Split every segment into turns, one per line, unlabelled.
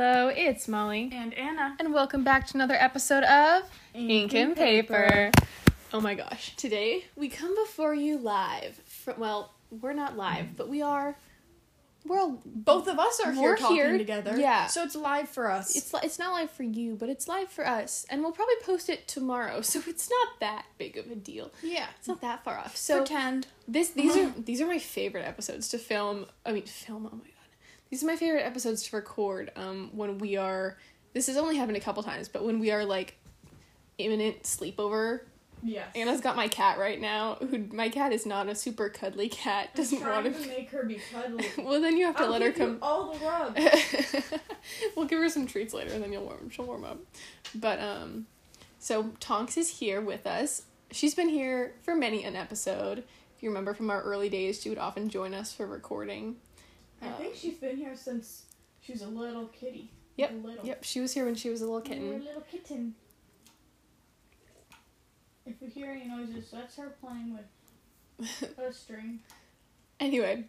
It's Molly.
And Anna.
And welcome back to another episode of Ink and Paper. Oh my gosh. Today we come before you live. From, well, we're not live, but we are. We're all-
Both of us are here
We're
talking
here,
together.
yeah.
So it's live for us.
It's li- it's not live for you, but it's live for us, and we'll probably post it tomorrow. So it's not that big of a deal.
yeah.
It's not that far off. So
Pretend.
this these
Uh-huh.
are these are my favorite episodes to film. I mean, film. Oh my god, these are my favorite episodes to record. Um, when we are, this has only happened a couple times, but when we are like imminent sleepover.
Yes.
Anna's got my cat right now. Who my cat is not a super cuddly cat. Doesn't
trying
want
to
to.
make her be cuddly.
Well, then you have to
I'll
let her
give you
come.
All the love.
we'll give her some treats later and then you'll warm she'll warm up. But um so Tonks is here with us. She's been here for many an episode. If you remember from our early days, she would often join us for recording.
I think she's been here since she was a little kitty. Little.
Oh. Yep, she was here when she was a little
When we were a
kitten.
little kitten. If you hear any noises, that's her playing with a string.
Anyway,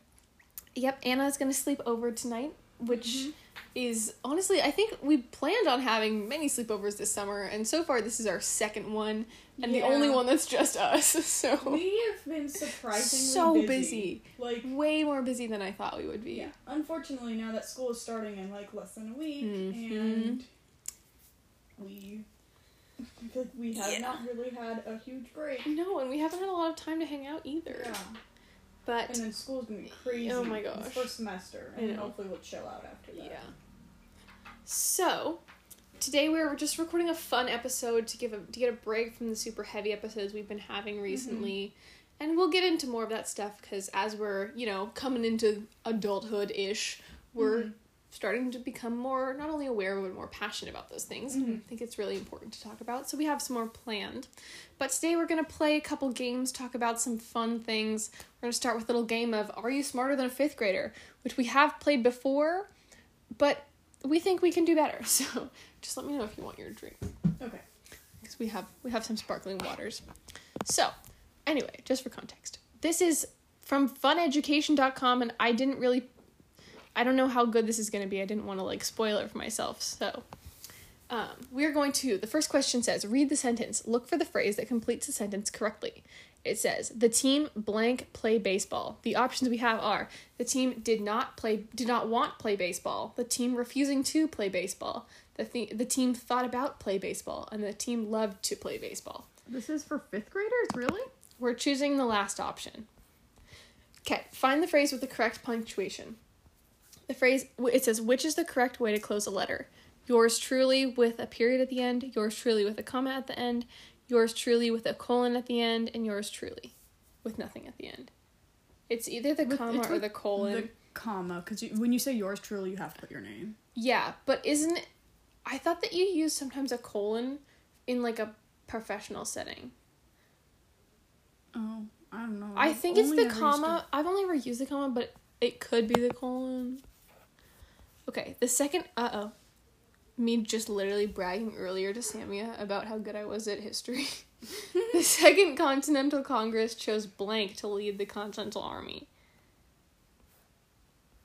yep, Anna's gonna sleep over tonight, which
Mm-hmm.
is honestly, I think we planned on having many sleepovers this summer, and so far this is our second one, and the only
Yeah.
one that's just us. So
We have been surprisingly
so
busy.
busy.
Like,
way more busy than I thought we would be.
yeah. Unfortunately, now that school is starting in like less than a week,
Mhm.
and we, I feel like we have
Yeah.
not really had a huge break.
No, and we haven't had a lot of time to hang out either.
Yeah.
But
And then school's gonna be crazy.
Oh my
the
gosh.
First semester,
I
and
know.
hopefully we'll chill out after that.
yeah. So today we we're just recording a fun episode to give a to get a break from the super heavy episodes we've been
Mm-hmm.
having recently. And we'll get into more of that stuff because as we're, you know, coming into adulthood ish, we're
Mm-hmm.
starting to become more not only aware but more passionate about those things.
Mhm.
I think it's really important to talk about. So we have some more planned. But today we're gonna play a couple games, talk about some fun things. We're gonna start with a little game of Are You Smarter Than a Fifth Grader? Which we have played before, but we think we can do better. So just let me know if you want your drink
Mm-hmm. Okay.
because we have we have some sparkling waters. So, anyway, just for context, this is from funeducation.com and I didn't really I don't know how good this is going to be. I didn't want to like spoil it for myself. So, um, we're going to the first question says, read the sentence. Look for the phrase that completes the sentence correctly. It says, the team blank play baseball. The options we have are the team did not play did not want play baseball. The team refusing to play baseball. The th- the team thought about play baseball and the team loved to play baseball.
This is for fifth graders, really?
We're choosing the last option. Okay, find the phrase with the correct punctuation. The phrase it says which is the correct way to close a letter. Yours truly with a period at the end, yours truly with a comma at the end, yours truly with a colon at the end, and yours truly with nothing at the end. It's either the
With-
comma
it's
or
with
the colon.
The comma, because you, when you say yours truly, you have to put your name.
Yeah, but isn't it, I thought that you use sometimes a colon in like a professional setting.
Oh, I don't know.
Uh-huh.
I
I've
think it's
only
the
ever used
comma. I've only ever used the comma, but it could be the colon. Okay, the second uh oh. Me just literally bragging earlier to Samia about how good I was at history. the Second Continental Congress chose blank to lead the Continental Army.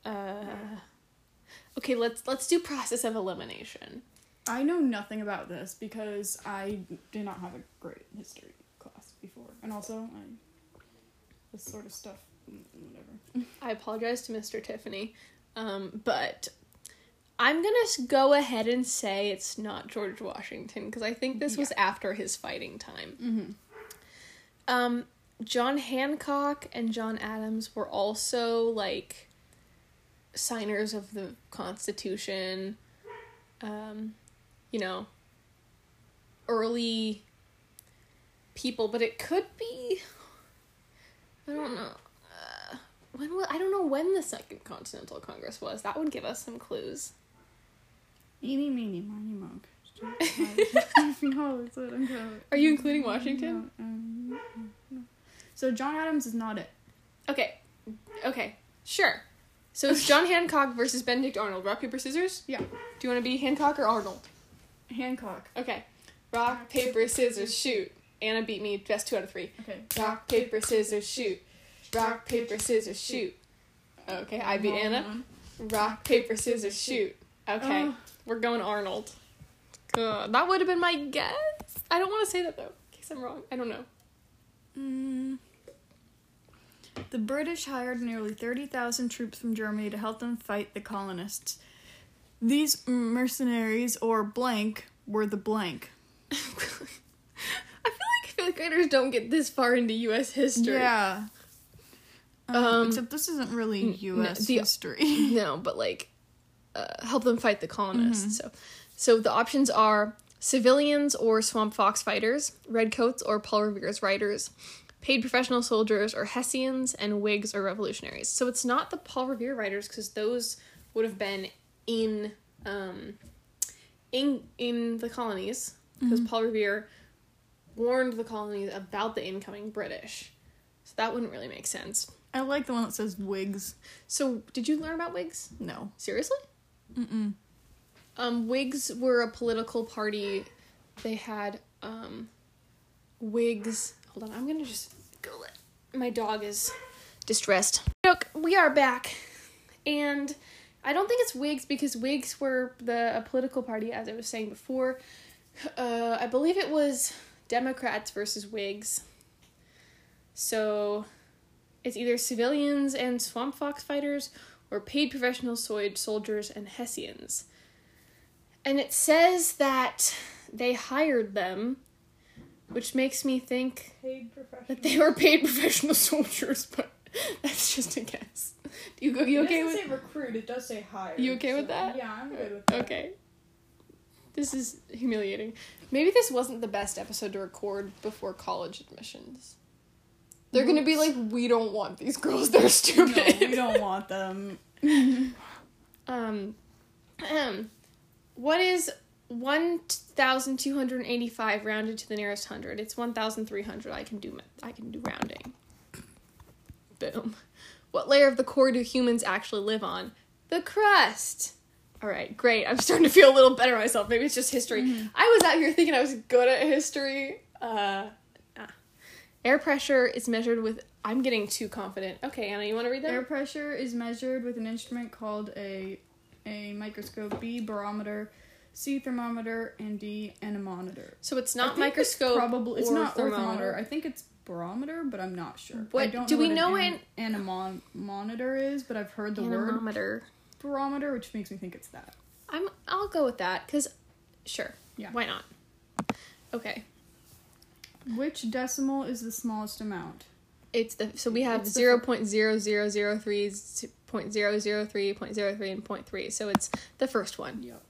Uh, okay, let's let's do process of elimination.
the- I know nothing about this because I did not have a great history class before, and also I this sort of stuff, mm, whatever.
I apologize to Mr. Tiffany, um, but I'm gonna s- go ahead and say it's not George Washington because I think this was after his fighting time.
Mm-hmm.
Um, John Hancock and John Adams were also like signers of the Constitution. Um, you know, early people, but it could be. I don't know. Uh, when will I don't know when the Second Continental Congress was. That would give us some clues.
Eeny, meeny, miny, moe. Are
Are you including Washington?
um, So John Adams is not it.
Okay, okay, sure. So it's John Hancock versus Benedict Arnold. Rock paper scissors.
Yeah.
Do you want to be Hancock or Arnold?
Hancock.
Okay. Rock, paper, scissors, shoot. Anna beat me just two out of three.
Okay.
Rock, paper, scissors, shoot. Rock, paper, scissors, shoot. Okay, I beat Anna. Rock, paper, scissors, shoot. Okay.
Oh.
We're going Arnold. God, that would have been my guess. I don't want to say that though, in case I'm wrong. I don't know.
Mm. The British hired nearly 30,000 troops from Germany to help them fight the colonists. These mercenaries, or blank, were the blank.
I feel like fifth graders don't get this far into U.S. history.
Yeah. Um,
Um,
except this isn't really
n- n-
U.S.
the-
history.
No, but like, uh, help them fight the colonists. So, so the options are civilians or swamp fox fighters, redcoats or Paul Revere's riders, paid professional soldiers or Hessians, and Whigs or revolutionaries. So it's not the Paul Revere riders because those would have been in um, in in the colonies because Paul Revere warned the colonies about the incoming British. So that wouldn't really make sense.
I like the one that says wigs.
So did you learn about Whigs?
No.
Seriously?
Mm-mm.
Um, Whigs were a political party. They had um, Whigs. Hold on, I'm gonna just go. Let, my dog is distressed. Look, we are back, and I don't think it's Whigs because Whigs were the a political party, as I was saying before. Uh, I believe it was Democrats versus Whigs. So, it's either civilians and swamp fox fighters, or paid professional soid soldiers and Hessians. And it says that they hired them, which makes me think
Paid professional.
that they were paid professional soldiers, but that's just a guess. Do you go you
it
okay
doesn't
with
say recruit, it does say hire.
You okay with that?
Yeah, I'm good with that.
Okay. This is humiliating. Maybe this wasn't the best episode to record before college admissions. They're gonna be like, we don't want these girls, they're
No,
stupid.
we don't want them.
Um, ahem. what is 1,285 rounded to the nearest hundred? It's 1,300. I can do ma- I can do rounding. Boom. What layer of the core do humans actually live on? The crust. All right, great. I'm starting to feel a little better myself. Maybe it's just history. I was out here thinking I was good at history. Uh, nah. Air pressure is measured with. I'm getting too confident. Okay, Anna, you want to read that?
Air pressure is measured with an instrument called a a microscope, B barometer, C thermometer, and D anemometer.
so it's
I
not
think it's
microscope.
Probably it's
or
not thermometer.
thermometer.
I think it's barometer, but I'm not sure. I
What-
don't
do we
know
know
what an an- anemometer is? But I've heard the word
anemometer.
barometer, which makes me think it's that.
I'm. I'll go with that because, sure.
Yeah.
Why not? Okay.
Which decimal is the smallest amount?
It's the so we have
It's the-
zero point zero zero zero three, point zero zero three, point zero three, and point three. So it's the first one.
Yep.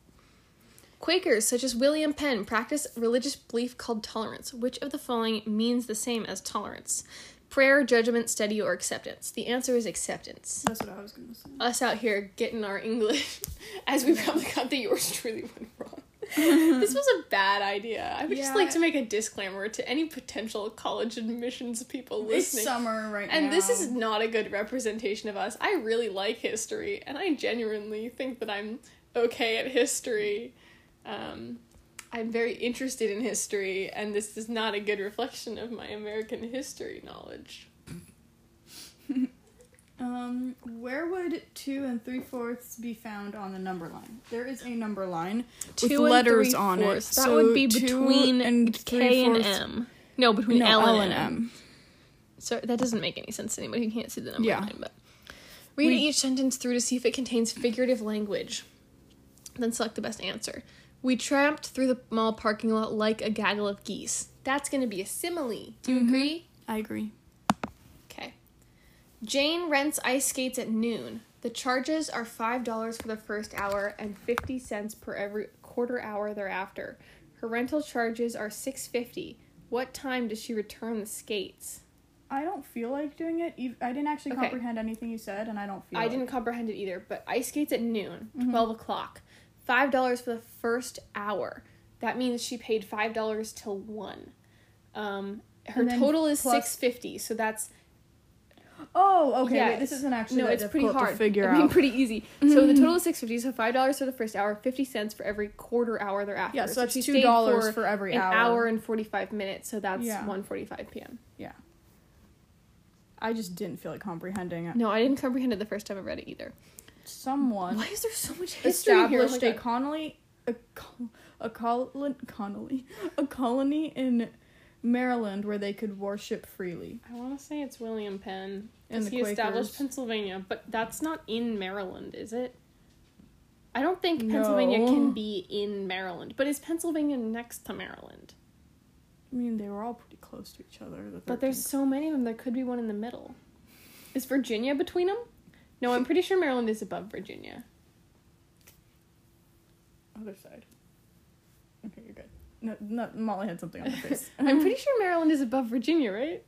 Quakers such as William Penn practice religious belief called tolerance. Which of the following means the same as tolerance? Prayer, judgment, study, or acceptance. The answer is acceptance.
That's what I was gonna say.
Us out here getting our English, as we probably got the yours truly went wrong. this was a bad idea. I would just
Yeah.
like to make a disclaimer to any potential college admissions people
It's
listening.
summer right now.
and this is not a good representation of us. I really like history, and I genuinely think that I'm okay at history. Um, I'm very interested in history, and this is not a good reflection of my American history knowledge.
Um, where would two and three fourths be found on the number line? There is a number line with
and
letters
three
on
fourths.
it.
That
So
would be
two
between
and
K and
three-fourths-
M. No, between
No,
L, and M. So that doesn't make any sense to anybody who can't see the number
Yeah.
line. But read
We-
each sentence through to see if it contains figurative language. Then select the best answer. We tramped through the mall parking lot like a gaggle of geese. That's going to be a simile. Do you
Mm-hmm.
agree?
I agree.
Okay. Jane rents ice skates at noon. The charges are $5 for the first hour and 50 cents per every quarter hour thereafter. Her rental charges are 6.50. What time does she return the skates?
I don't feel like doing it. ev- I didn't actually
Okay.
comprehend anything you said, and I don't feel.
I
like-
didn't comprehend it either, but ice skates at noon,
Mm-hmm.
12 o'clock. $5 for the first hour. That means she paid $5 till 1. Um her
And then
total is
plus-
650, so that's
Oh, okay.
Yeah,
wait, this
it's-
isn't actually.
no,
that
it's pretty
difficult
hard.
to figure
I mean,
out. Mm-hmm.
pretty easy. So the total is six fifty. So five dollars for the first hour, fifty cents for every quarter hour thereafter.
yeah, so that's
she
two
stayed
dollars
for
for every
an hour. and forty five minutes. So that's
Yeah.
one forty five p.m.
Yeah. I just didn't feel like comprehending it.
No, I didn't comprehend it the first time I read it either.
Someone
Why is there so much history here? Oh my
established a
God.
Connolly a col- a colon Connolly a colony in Maryland where they could worship freely.
I want to say it's William Penn.
And
'cause
the
he established
Quakers.
Pennsylvania, but that's not in Maryland, is it? I don't think
No.
Pennsylvania can be in Maryland, but is Pennsylvania next to Maryland?
I mean, they were all pretty close to each other. the
But there's
13th.
so many of them, there could be one in the middle. Is Virginia between them? No, I'm pretty sure Maryland is above Virginia.
other side. Okay, you're good. No, no, Molly had something on her face.
I'm pretty sure Maryland is above Virginia, right?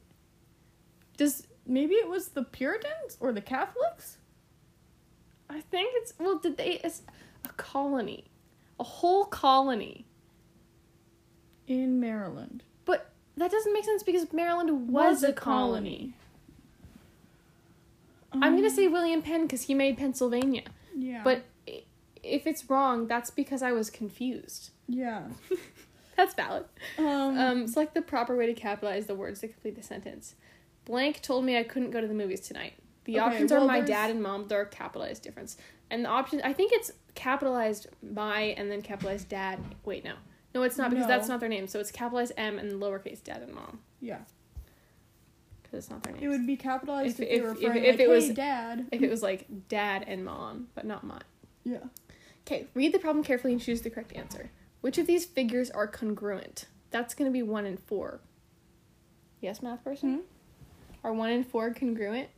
Does
Maybe it was the Puritans or the Catholics.
I think it's well, did they? It's a colony, a whole colony.
in Maryland.
But that doesn't make sense because Maryland was, a colony. Mm-hmm. I'm gonna say William Penn because he made Pennsylvania.
Um, yeah,
But i- if it's wrong, that's because I was confused.
yeah,
That's valid.
um,
Um, select the proper way to capitalize the words to complete the sentence. Blank told me I couldn't go to the movies tonight. The
Okay,
options
well,
are my
there's-
dad and mom. There are capitalized difference. And the option, I think it's capitalized my and then capitalized dad. Wait, no. No, it's not because
No.
that's not their name. So it's capitalized M and lowercase dad and mom
yeah,
because it's not their name.
it would be capitalized
If-
if, they were
if- if-
referring
if
like,
it was-
"Hey, Dad."
if it was like dad and mom, but not mine.
Yeah,
Okay, read the problem carefully and choose the correct answer. Which of these figures are congruent? That's going to be 1 and 4. Yes, math person? Are 1 and 4 congruent?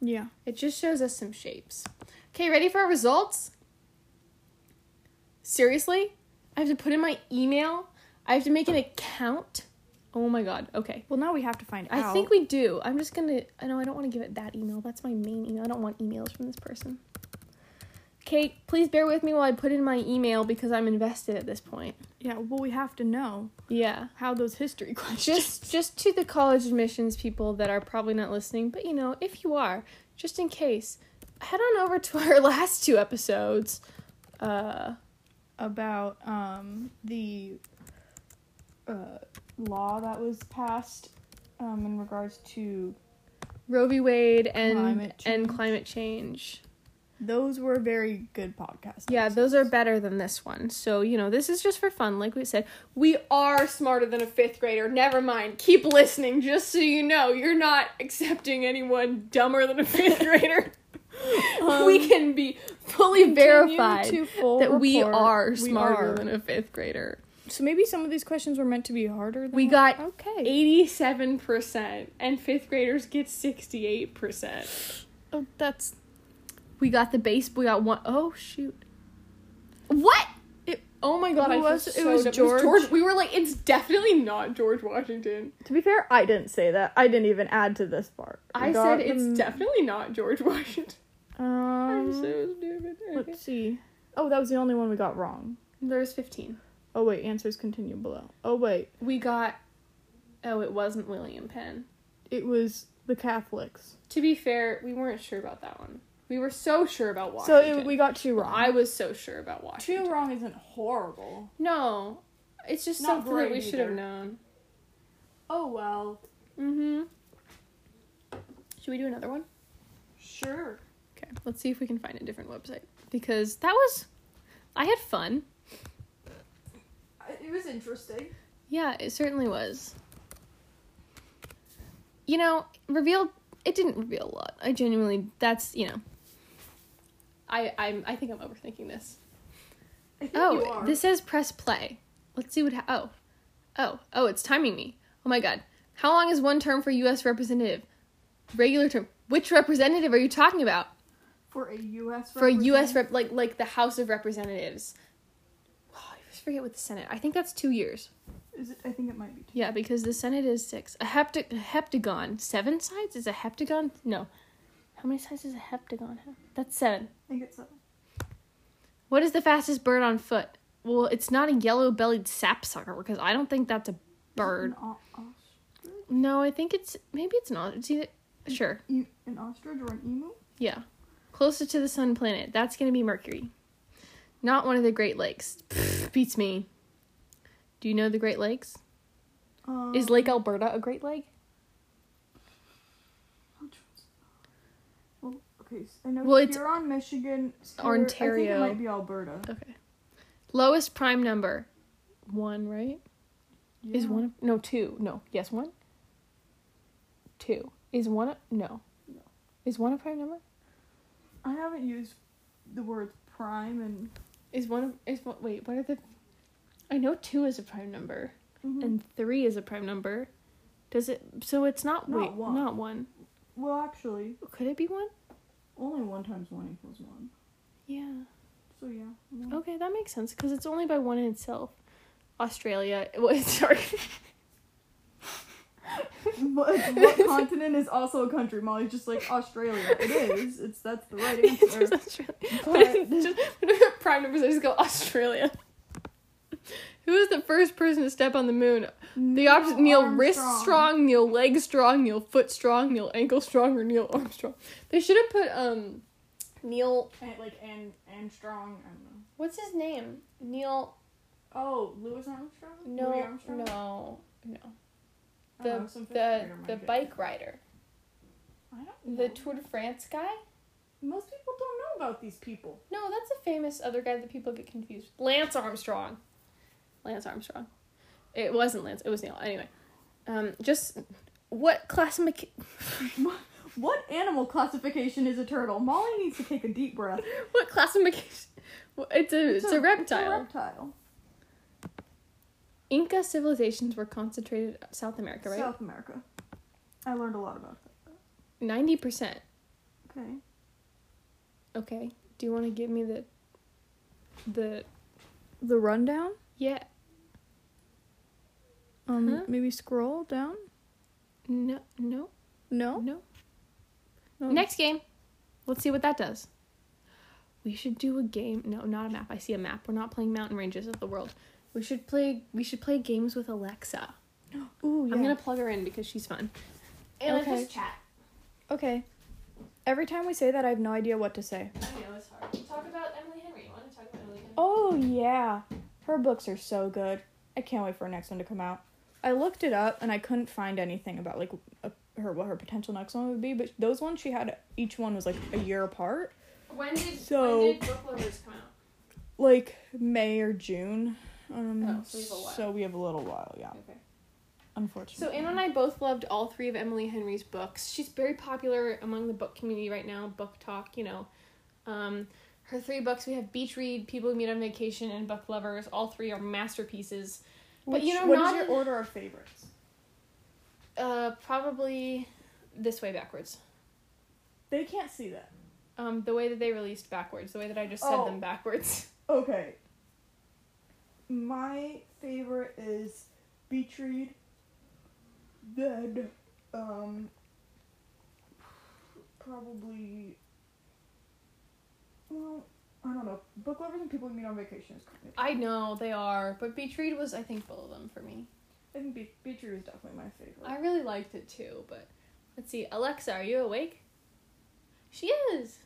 yeah.
It just shows us some shapes. Okay, ready for our results? Seriously? I have to put in my email? I have to make an account? Oh my god, okay.
Well, now we have to find out.
I think we do. I'm just gonna. I know I don't want to give it that email. That's my main email. I don't want emails from this person. Okay, please bear with me while I put in my email because I'm invested at this point.
yeah. Well, we have to know
Yeah.
how those history questions.
Just just to the college admissions people that are probably not listening, but you know, if you are, just in case, head on over to our last two episodes. Uh
about um, the uh, law that was passed um, in regards to
Roe v. Wade and
Climate
and
change.
climate change.
those were very good podcasts.
Yeah, those are better than this one. So, you know, this is just for fun. Like we said, we are smarter than a fifth grader. Never mind. Keep listening, just so you know. You're not accepting anyone dumber than a fifth grader. we can be fully verified that we are smarter than a fifth grader.
So maybe some of these questions were meant to be harder. Than
We got
okay.
87%, and fifth graders get 68%.
Oh, that's
We got the base, we got one oh shoot. What? It, oh my god,
Who
I
was-
feel
it
so
was
dumb.
George?
We were like, it's definitely not George Washington.
to be fair. I didn't say that. I didn't even add to this part. We
I
got
said it's
them-
definitely not George Washington. I'm
Um,
so stupid. Okay.
let's see. Oh, that was the only one we got wrong.
There's 15.
Oh wait, answers continue below. Oh wait,
We got. Oh, it wasn't William Penn.
it was the Catholics.
To be fair, we weren't sure about that one. We were so sure about Washington.
So it, we got two wrong.
I was so sure about Washington.
two wrong isn't horrible.
No, it's just
Not
something that
great
we should have
either.
known.
Oh well,
Mm-hmm. Should we do another one?
sure.
Okay, let's see if we can find a different website because that was I had fun.
It was interesting.
Yeah, it certainly was. You know, revealed it didn't reveal a lot. I genuinely that's, you know. I I'm I think I'm overthinking this. Oh, this says press play. Let's see what ha- Oh. Oh, oh, it's timing me. Oh my god. How long is one term for US representative? Regular term. Which representative are you talking about?
for a U.S.
for a U.S. rep, like like the House of Representatives. Oh, I always forget what the Senate. I think that's two years.
Is it, I think it might be.
Yeah, because the Senate is six. A, hepta- a heptagon, seven sides is a heptagon. No, how many sides does a heptagon have? That's seven.
I think it's a,
What is the fastest bird on foot? Well, it's not a yellow-bellied sapsucker because I don't think that's a bird. No, I think it's maybe it's not. It's either sure.
e, an ostrich or an emu.
Yeah. Closer to the sun planet. That's going to be Mercury. Not one of the Great Lakes. Pfft, beats me. Do you know the Great Lakes?
Um,
Is Lake Alberta a Great Lake?
Which one's- Well, okay, so I know
Well, it's-
Huron, Michigan, Stewart- I think
Ontario.
it might be Alberta.
Okay. Lowest prime number. One, right? Is
Yeah.
one no two? No, yes one. Two is one. A, no.
No.
Is one a prime number?
I haven't used the word prime and
Is one a- is one, wait? What are the? I know two is a prime number
mm-hmm.
and three is a prime number. Does it? So it's not,
Not
wait
one.
not one.
well, actually,
Could it be one?
only one times one equals one.
Yeah.
So yeah. one.
Okay, that makes sense because it's only by one in itself. Australia. Well, sorry.
what, what continent is also a country? Molly's just like Australia. It is. It's that's the right
It's
answer.
just Australia. What
But-
if, just, what if prime numbers? I just go Australia. Who was the first person to step on the moon? The option: Neil wrist strong, Neil leg strong, Neil foot strong, Neil ankle strong, or Neil arm strong. They should have put um, Neil.
And, like and and strong. I don't know.
What's his name? Neil.
Oh, Louis Armstrong. Louis
No.
Armstrong?
No. No.
I don't
The
know, some fifth
the
grader might
the
get
bike
that.
rider,
I don't know.
the Tour de France guy.
Most people don't know about these people.
No, that's a famous other guy that people get confused. Lance Armstrong. Lance Armstrong. It wasn't Lance. It was Neil. Anyway, um, just what classification?
What animal classification is a turtle? Molly needs to take a deep breath.
What classification? It's a it's, a,
It's a
reptile.
reptile.
Inca civilizations were concentrated in South America, right?
South America. I learned a lot about
Ninety percent.
that. Okay.
Okay. Do you want to give me the the
The rundown.
yeah
Um,
Huh?
maybe scroll down.
no no
No.
no
no.
Next game. Let's see what that does. We should do a game. No, not a map. I see a map. We're not playing mountain ranges of the world. We should play we should play games with Alexa.
Ooh, yeah.
I'm going to plug her in because she's fun.
And
Okay.
okay. just chat.
Okay. Every time we say that, I have no idea what to say.
I know it's hard. Talk about Emily Henry. You want to talk about Emily Henry?
Oh yeah, her books are so good. I can't wait for her next one to come out. I looked it up and I couldn't find anything about like a, her what her potential next one would be, but those ones she had each one was like a year apart,
When did
So-
when did Book Lovers come out?
like May or June. Um,
Oh, so we have a while.
so we have a little while, yeah.
Okay. So
Unfortunately.
Anna and I both loved all three of Emily Henry's books. She's very popular among the book community right now, book talk, you know. Um, her three books we have Beach Read, People We Meet on Vacation, and Book Lovers. All three are masterpieces. but you know,
what
not
is your
in-
order of favorites?
Uh, probably this way backwards.
They can't see that.
Um, the way that they released backwards, the way that I just said
Oh.
them backwards.
Okay. My favorite is Beach Read. Then, um, probably. Well, I don't know. Book lovers and people we meet on vacation is kind of.
I know they are, but Beach Read was I think both of them for me.
I think Be- Beach Read is definitely my favorite.
I really liked it too, but let's see. Alexa, are you awake? She is.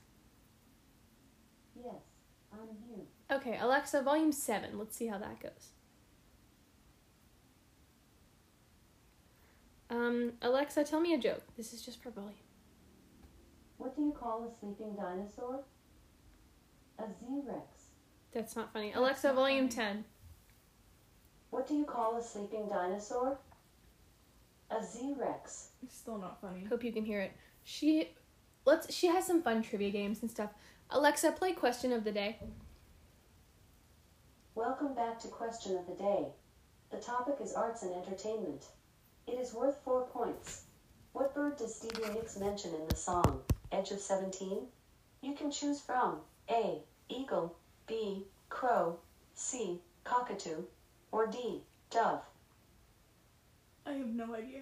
Yes, I'm here.
Okay, Alexa, volume seven. Let's see how that goes. Um, Alexa, tell me a joke. This is just for volume.
What do you call a sleeping dinosaur? A Z-Rex.
That's not funny. Alexa, volume ten.
What do you call a sleeping dinosaur? A Z-Rex.
It's still not funny.
Hope you can hear it. She, let's. She has some fun trivia games and stuff. Alexa, play question of the day.
Welcome back to Question of the Day. The topic is arts and entertainment. It is worth four points. What bird does Stevie Nicks mention in the song, Edge of 17? You can choose from A. Eagle, B. Crow, C. Cockatoo, or D. Dove.
I have no idea.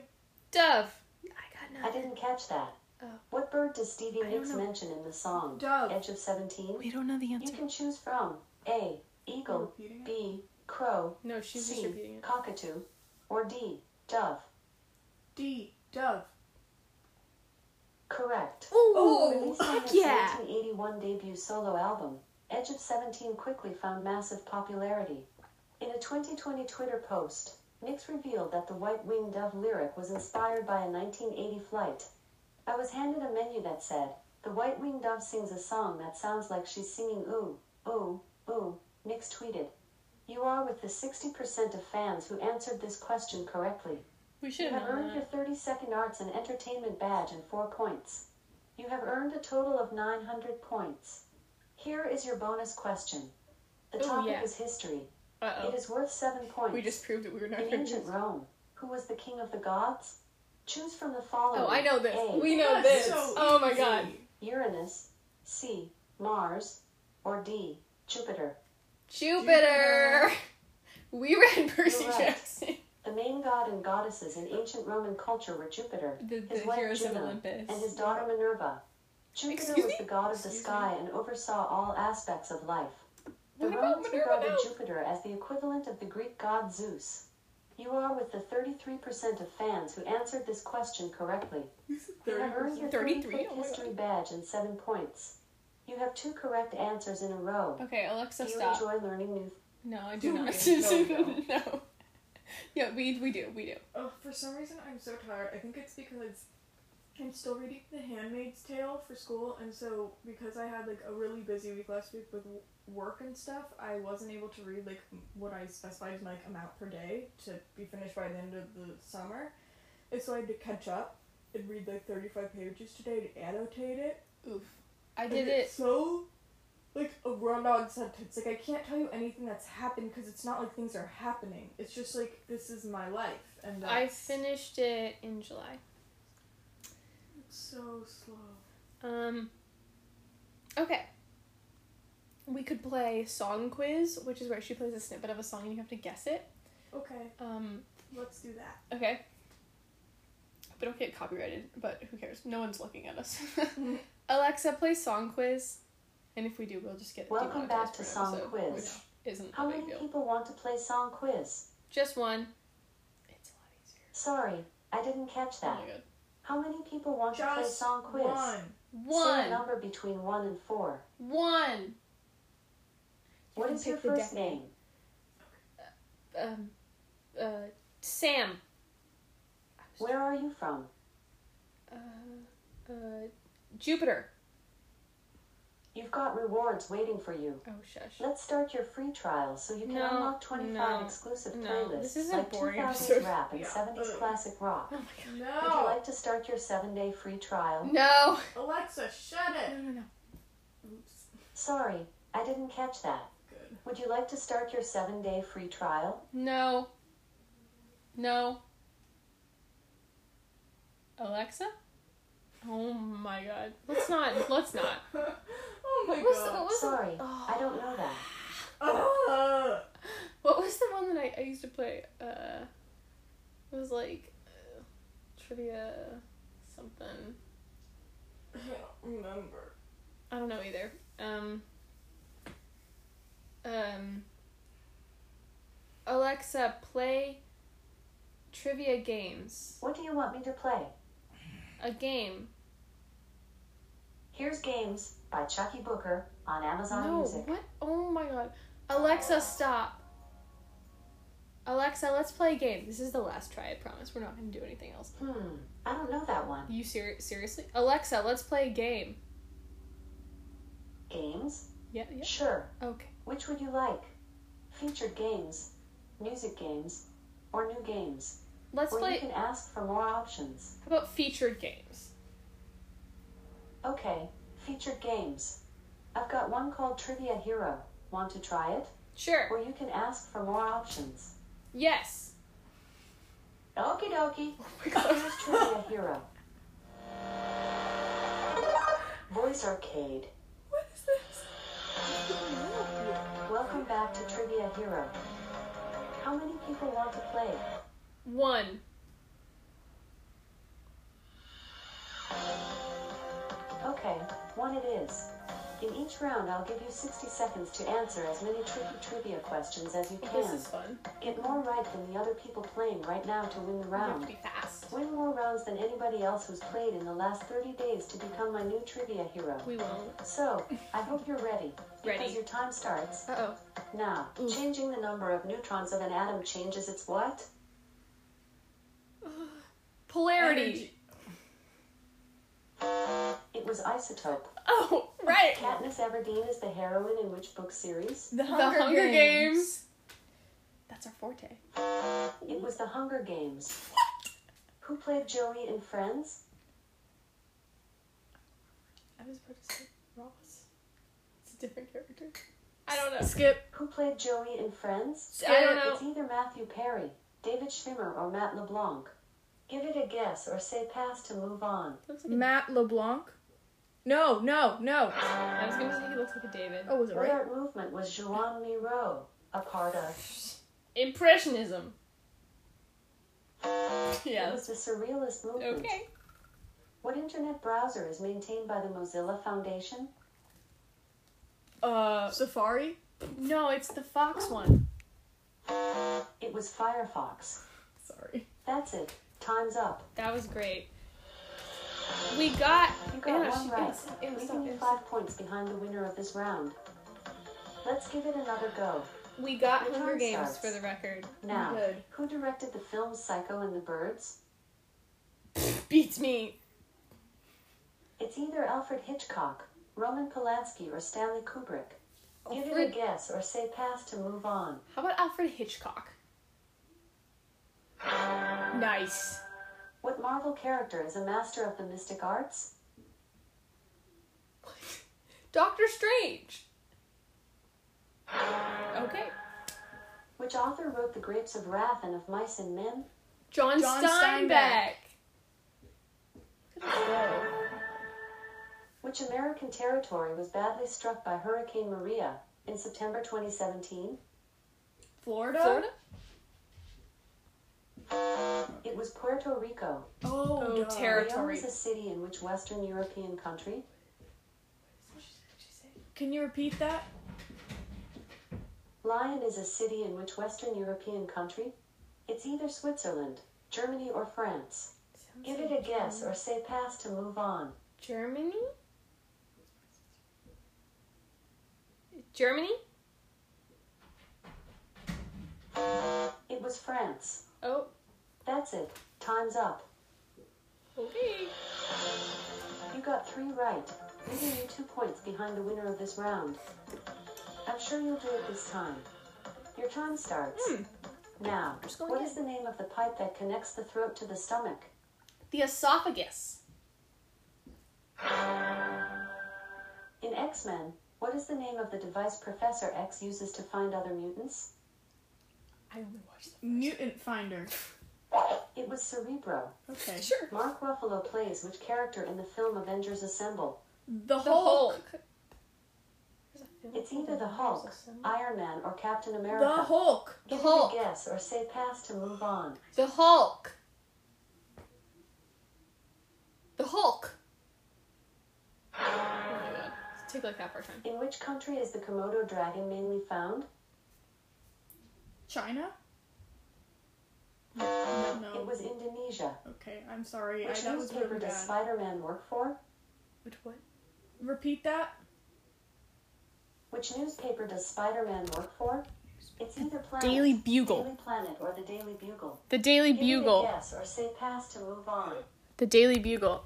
Dove. I
I
got nothing.
didn't catch that.
Oh.
What bird does Stevie
don't
Nicks
know.
mention in the song
Dove.
Edge of 17?
We don't know the
You
answer.
can choose from A. Eagle,
Repeating it?
B. Crow,
No, she's just
C.
repeating it.
Cockatoo, or D. Dove.
D. Dove.
Correct.
Oh,
Released on
heck
his
yeah!
1981 debut solo album, Edge of 17 quickly found massive popularity. In a 2020 Twitter post, Nix revealed that the White Winged Dove lyric was inspired by a 1980 flight. I was handed a menu that said, The White Winged Dove sings a song that sounds like she's singing ooh, ooh, ooh, Nix tweeted. You are with the 60% of fans who answered this question correctly.
We
You
should
have earned your 30 second arts and entertainment badge and 4 points. You have earned a total of 900 points. Here is your bonus question. The
Oh,
topic
yeah.
is history.
Uh
It is worth 7
oh.
points.
We just proved that we were not
In
going
ancient Rome, who was the king of the gods? Choose from the following.
Oh, I know this.
A.
We know
That's
this.
so
oh my god.
Uranus, C. Mars, or D. Jupiter.
Jupiter. We read Percy
You're right.
Jackson.
The main god and goddesses in ancient Roman culture were Jupiter,
The-
his
the
wife
heroes of
Juno,
Olympus.
and his daughter Minerva. Jupiter
Excuse me?
was the god of the
Excuse
sky and oversaw all aspects of life. The
What about
Romans
Minerva
regarded
now?
Jupiter as the equivalent of the Greek god Zeus. You are with the 33% of fans who answered this question correctly. You have earned your
33?
33
Oh my
history badge and 7 points. You have two correct answers in a row.
Okay, Alexa,
Do you
stop.
enjoy learning new
No, I do
No,
not.
we don't,
no. Yeah, we we do, we do.
Oh, for some reason I'm so tired. I think it's because I'm still reading The Handmaid's Tale for school, and so because I had like a really busy week last week with w- work and stuff, I wasn't able to read like what I specified as my like, amount per day to be finished by the end of the summer. And so I had to catch up and read like 35 pages today to annotate it.
Oof. I
And
did
it's
it.
so like a run-on sentence. Like I can't tell you anything that's happened because it's not like things are happening. It's just like this is my life, and that's
I finished it in July.
so slow.
Um Okay. We could play song quiz, which is where she plays a snippet of a song and you have to guess it.
Okay,
Um
let's do that.
Okay. We don't get copyrighted, but who cares? No one's looking at us. Alexa, play Song Quiz. And if we do, we'll just get
Welcome back
demonetized for
to
an
Song
episode,
Quiz.
Which isn't
How
a big
many
deal.
people want to play song quiz?
Just one. It's a lot easier.
Sorry, I didn't catch
Oh
that.
my god.
How many people want to play
Just
song quiz?
one.
Say a
One.
number between 1 and 4.
One.
What
can
is your
pick the
first
decade.
name?
Um, uh, Sam.
Where are you from?
Uh, uh, Jupiter.
You've got rewards waiting for you.
Oh, shush.
Let's start your free trial so you can
No,
unlock 25
no,
exclusive
no,
playlists
this is a
like
boring
2000s
episode.
rap and
Yeah,
70s
ugh.
classic rock.
Oh my
Would you
No,
like to start your 7-day free trial?
god. No.
Alexa, shut
No,
it.
no, no.
Oops,
Sorry, I didn't catch that.
good.
Would you like to start your 7-day free trial?
No. No. Alexa? Oh my god. Let's not. Let's not.
oh my
What was, Oh. the,
god.
what, was the,
Sorry, I don't know that.
Ugh.
what was the one that I, I used to play? Uh, it was like uh, trivia something.
I don't remember.
I don't know either. Um, um, Alexa, play trivia games.
What do you want me to play?
A game.
Here's Games by Chucky Booker on Amazon
No,
Music.
what? Oh my god. Alexa, stop. Alexa, let's play a game. This is the last try, I promise. We're not going to do anything else.
Hmm, I don't know that one.
You ser- seriously? Alexa, let's play a game.
Games?
Yeah, yeah.
Sure.
Okay.
Which would you like? Featured games, music games, or new games?
Let's
or you
play.
can ask for more options.
How about featured games?
Okay, featured games. I've got one called Trivia Hero. Want to try it?
Sure.
Or you can ask for more options.
Yes.
Okie dokie.
Oh my god.
Here's Trivia Hero. Voice Arcade.
What is this?
Welcome back to Trivia Hero. How many people want to play?
One.
Okay, one it is. In each round, I'll give you 60 seconds to answer as many tricky trivia questions as you can.
This is fun.
Get more right than the other people playing right now to win the
You have to
round.
be fast.
Win more rounds than anybody else who's played in the last 30 days to become my new trivia hero.
We won't.
So, I hope you're ready.
Ready.
Because your time starts
Uh oh.
now. Changing the number of neutrons of an atom changes its what?
Polarity.
Energy.
It was isotope.
Oh, right.
Katniss Everdeen is the heroine in which book series?
The
the Hunger Games. That's our forte.
It was the Hunger Games. Who played Joey in Friends?
I was about to say Ross. It's a different character. I don't know.
Skip.
Who played Joey in Friends?
I don't
It's
know.
either Matthew Perry, David Schwimmer, or Matt LeBlanc. Give it a guess or say pass to move on.
Looks like a-
Matt LeBlanc. No, no, no.
I was gonna say he looks like a David.
Oh, was it
What
right?
art movement was Joan Miro a part of?
Impressionism.
It
Yeah.
was the Surrealist movement.
Okay.
What internet browser is maintained by the Mozilla Foundation?
Uh,
Safari.
no, it's the Fox one.
It was Firefox.
Sorry.
That's it. Time's up.
That was great. We got.
You got
Yeah,
one
she-
right,
it's- it was
leaving
so-
you
it was-
five points behind the winner of this round. Let's give it another go.
We got
Your
Hunger
turn
Games
starts.
for the record.
Now,
Good.
who directed the film Psycho and the Birds?
Beats me.
It's either Alfred Hitchcock, Roman Polanski, or Stanley Kubrick. Give it a
Alfred-
guess or say pass to move on.
How about Alfred Hitchcock? Nice.
What Marvel character is a master of the mystic arts?
Doctor Strange. Okay.
Which author wrote The Grapes of Wrath and of Mice and Men?
John,
John
Steinbeck.
Steinbeck.
Which American territory was badly struck by Hurricane Maria in September 2017?
Florida.
Florida? Oh,
It was Puerto Rico.
Oh,
Oh,
duh.
terrible.
Leon
Territory.
is a city in which Western European country?
Can you repeat that?
Lyon is a city in which Western European country? It's either Switzerland, Germany, or France. Give it a guess or say pass to move on.
Germany? Germany?
It was France.
Oh,
That's it. Time's up.
okay.
You got three right, leaving you two points behind the winner of this round. I'm sure you'll do it this time. Your time starts.
Hmm.
Now,
Just go
what
again.
is the name of the pipe that connects the throat to the stomach?
The esophagus.
In X Men, what is the name of the device Professor X uses to find other mutants?
I only watched that.
Mutant Finder.
It was Cerebro.
Okay.
Sure.
Mark Ruffalo plays which character in the film Avengers Assemble?
The,
The
Hulk.
Hulk. There's a film
It's
called
either the Hulk,
Avengers Assemble.
Iron Man, or Captain America.
The Hulk.
Give it
Hulk.
a guess or say pass to move on.
The Hulk. The Hulk. Oh my god. Take like that for a time.
In which country is the Komodo dragon mainly found?
China. No.
Uh, It was Indonesia.
Okay, I'm sorry. I,
Which
that was
newspaper
really
does
bad.
Spider Man work for?
Which one?
Repeat that.
Which newspaper does Spider Man work for? It's either Planet,
Daily Bugle.
Daily Planet, or the Daily Bugle.
The Daily
Give It a guess or say pass to move on.
The Daily Bugle.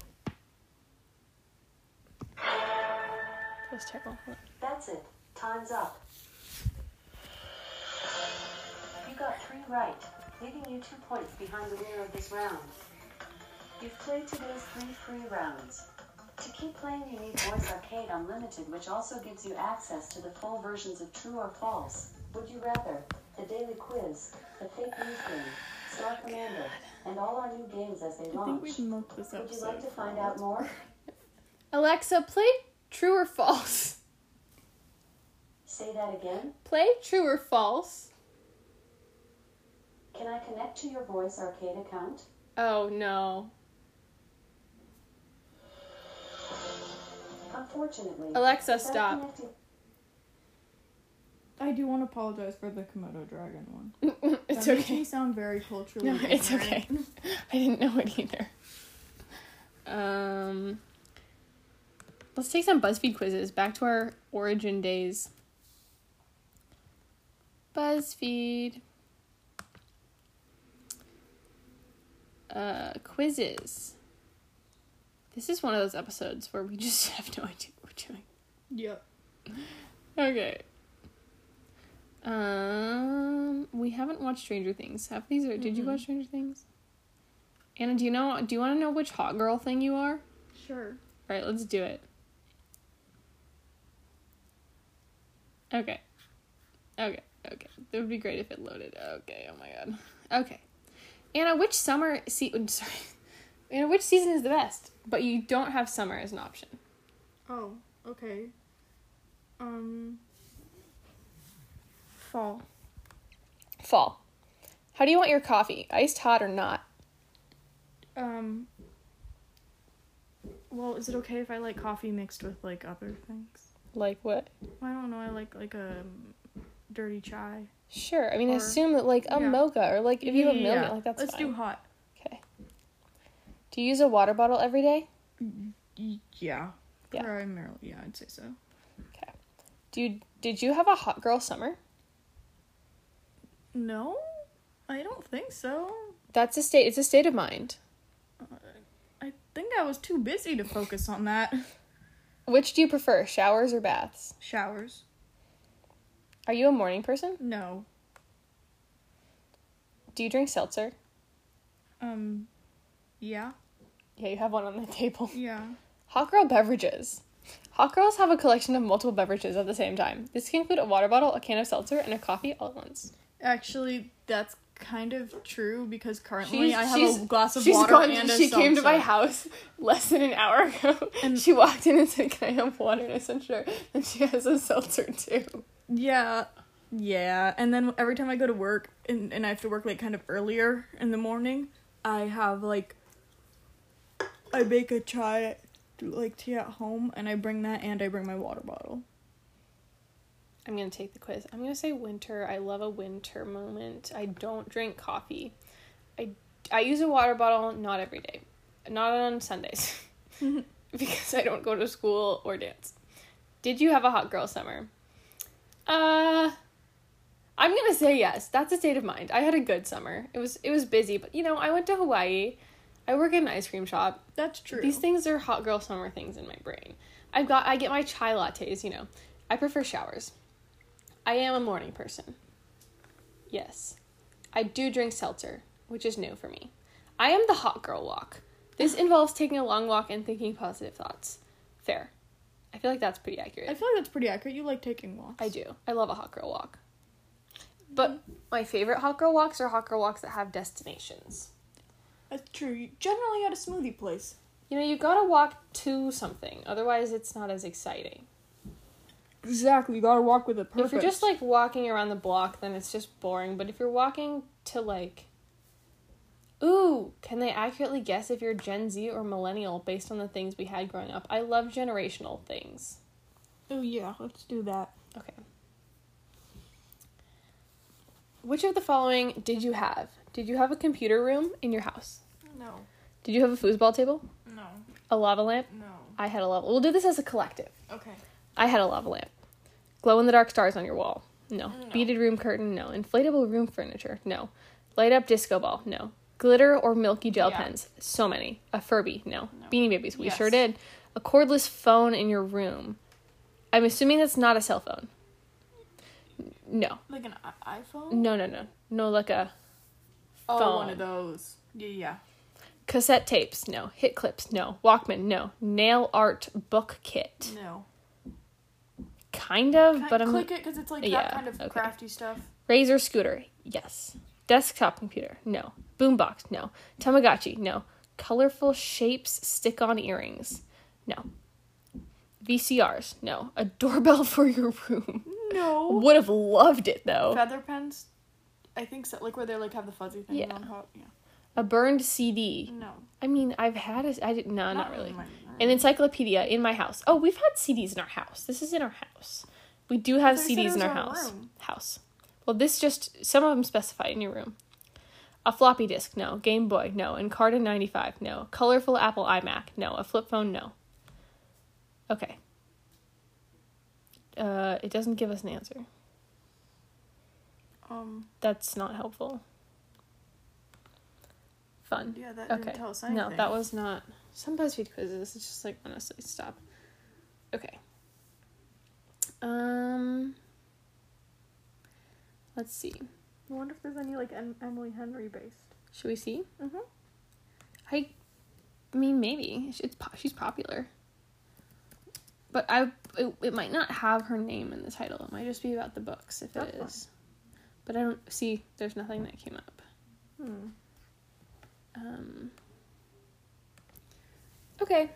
That was terrible.
That's it. Time's up. You got three right, leaving you two points behind the winner of this round. You've played today's three free rounds. To keep playing, you need Voice Arcade Unlimited, which also gives you access to the full versions of True or False, Would You Rather, The Daily Quiz, The Fake News Game, Star Commander, and all our new games as they
I think we
launch.
can look this up.
Would you like to find out more?
Alexa, play true or false.
Say that again.
Play true or false.
Can I connect to your Voice Arcade account?
Oh no.
Unfortunately,
Alexa,
without
Oh, stop.
connecting-
I do want to apologize for the Komodo dragon one.
it's
that Makes
okay.
me sound very culturally.
No, it's
ignorant.
okay. I didn't know it either. Um, let's take some BuzzFeed quizzes back to our origin days. BuzzFeed. Uh, quizzes. This is one of those episodes where we just have no idea what we're doing.
Yep.
Okay. Um, we haven't watched Stranger Things. Have these? Or did you watch Stranger Things? Anna, do you know? Do you want to know which hot girl thing you are?
Sure.
All right, let's do it. Okay. Okay. Okay. It would be great if it loaded. Okay. Oh my god. Okay. Anna, which summer se- I'm sorry. Anna, which season is the best? But you don't have summer as an option.
Oh, okay. Um. Fall.
Fall. How do you want your coffee? Iced, hot, or not?
Um. Well, is it okay if I like coffee mixed with like other things?
Like what?
I don't know. I like like a dirty chai.
Sure. I mean,
Or-
assume that like a
yeah.
mocha or like if you have a milk, like that's
Let's
fine.
do hot.
okay. Do you use a water bottle every day?
Yeah.
Yeah.
Primarily, yeah, I'd say so.
Okay. Do you, did you have a hot girl summer?
No, I don't think so.
That's a state. It's a state of mind.
I think I was too busy to focus on that.
Which do you prefer, showers or baths?
Showers.
Are you a morning person?
No.
Do you drink seltzer?
Um. Yeah.
Yeah, you have one on the table.
Yeah.
Hot girl beverages. Hot girls have a collection of multiple beverages at the same time. This can include a water bottle, a can of seltzer, and a coffee all at once.
Actually, that's kind of true because currently I have
she's-
a glass of
she's
water
gone-
and a
She came to my
seltzer.
house less than an hour ago. And she walked in and said, "Can I have water?" And I said, "Sure." And she has a seltzer too.
Yeah. Yeah. And then every time I go to work and, and I have to work like kind of earlier in the morning, I have like I make a chai like tea at home and I bring that and I bring my water bottle.
I'm gonna take the quiz. I'm gonna say winter. I love a winter moment. I don't drink coffee. I I use a water bottle not every day, not on Sundays, because I don't go to school or dance. Did you have a hot girl summer? Uh, I'm gonna say yes. That's a state of mind. I had a good summer. It was it was busy, but you know I went to Hawaii. I work at an ice cream shop.
That's true.
These things are hot girl summer things in my brain. I've got I get my chai lattes, you know. I prefer showers. I am a morning person. Yes. I do drink seltzer, which is new for me. I am the hot girl walk. This involves taking a long walk and thinking positive thoughts. Fair. I feel like that's pretty accurate.
I feel like that's pretty accurate. You like taking walks.
I do. I love a hot girl walk. But my favorite hot girl walks are hot girl walks that have destinations.
That's true. You generally at a smoothie place.
You know, you gotta walk to something, otherwise, it's not as exciting.
Exactly. You gotta walk with a purpose.
If you're just like walking around the block, then it's just boring. But if you're walking to like, ooh, can they accurately guess if you're Gen Z or millennial based on the things we had growing up? I love generational things.
Oh yeah, let's do that.
Okay. Which of the following did you have? Did you have a computer room in your house?
No.
Did you have a foosball table?
No.
A lava lamp?
No.
I had a lava. We'll do this as a collective.
Okay.
I had a lava lamp. Glow in the dark stars on your wall. No. Beaded room curtain. No. Inflatable room furniture. No. Light up disco ball. No. Glitter or milky gel
Yeah.
pens. So many. A Furby. No. Beanie Babies. We
Yes.
sure did. A cordless phone in your room. I'm assuming that's not a cell phone. N- No.
Like an I- iPhone?
No, no, no. No, like a
Oh, one
phone.
of those. Yeah, yeah.
cassette tapes. No. Hit clips. No. Walkman. No. Nail art book kit.
No.
Kind of,
Can I
but I'm
click it because it's like
yeah,
that kind of
okay.
crafty stuff.
Razor scooter, yes. Desktop computer, no. Boombox, no. Tamagotchi, no. Colorful shapes stick on earrings, no. VCRs, no. A doorbell for your room.
No.
Would have loved it though.
Feather pens. I think so. Like where they like have the fuzzy thing
Yeah.
on top. Yeah.
A burned CD.
No.
I mean, I've had a. I didn't. No, not really.
mine.
An encyclopedia in my house. Oh, we've had CDs in our house. This is in our house. We do have
thought you said it
CDs in
was
our
our
house.
room.
House. Well, this just some of them specify in your room. A floppy disk, no. Game Boy, no. Encarta 95, no. Colorful Apple iMac, no. A flip phone, no. Okay. Uh, it doesn't give us an answer.
Um.
That's not helpful. Fun.
Yeah, that
Okay.
didn't tell us anything.
No, that was not. Some BuzzFeed quizzes. It's just like honestly, stop. Okay. Um. Let's see.
I wonder if there's any like em- Emily Henry based.
Should we see?
Mhm.
I, I mean, maybe it's po- she's popular, but I it, it might not have her name in the title. It might just be about the books if
That's
it
fine.
is. But I don't see. There's nothing that came up.
Hmm.
Um, okay.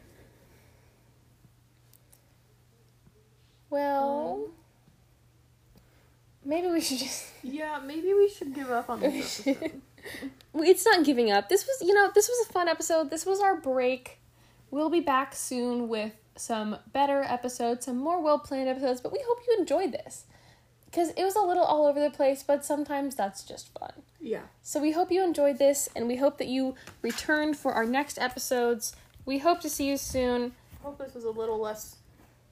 Well, maybe we should just.
Yeah, maybe we should give up on this episode.
Well, It's not giving up. This was, you know, this was a fun episode. This was our break. We'll be back soon with some better episodes, some more well planned episodes, but we hope you enjoyed this. Because it was a little all over the place, but sometimes that's just fun.
yeah.
So we hope you enjoyed this, and we hope that you return for our next episodes. We hope to see you soon.
I hope this was a little less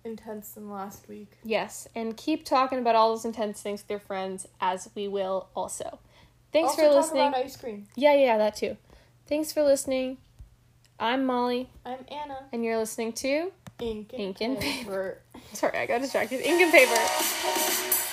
intense than last week.
Yes, and keep talking about all those intense things with your friends, as we will also. Thanks
also
for
talk
listening.
about ice cream.
Yeah, yeah, that too. Thanks for listening. I'm Molly,
I'm Anna.
and you're listening to.
Ink and
Ink and
paper.
Sorry, I got distracted. Ink and paper.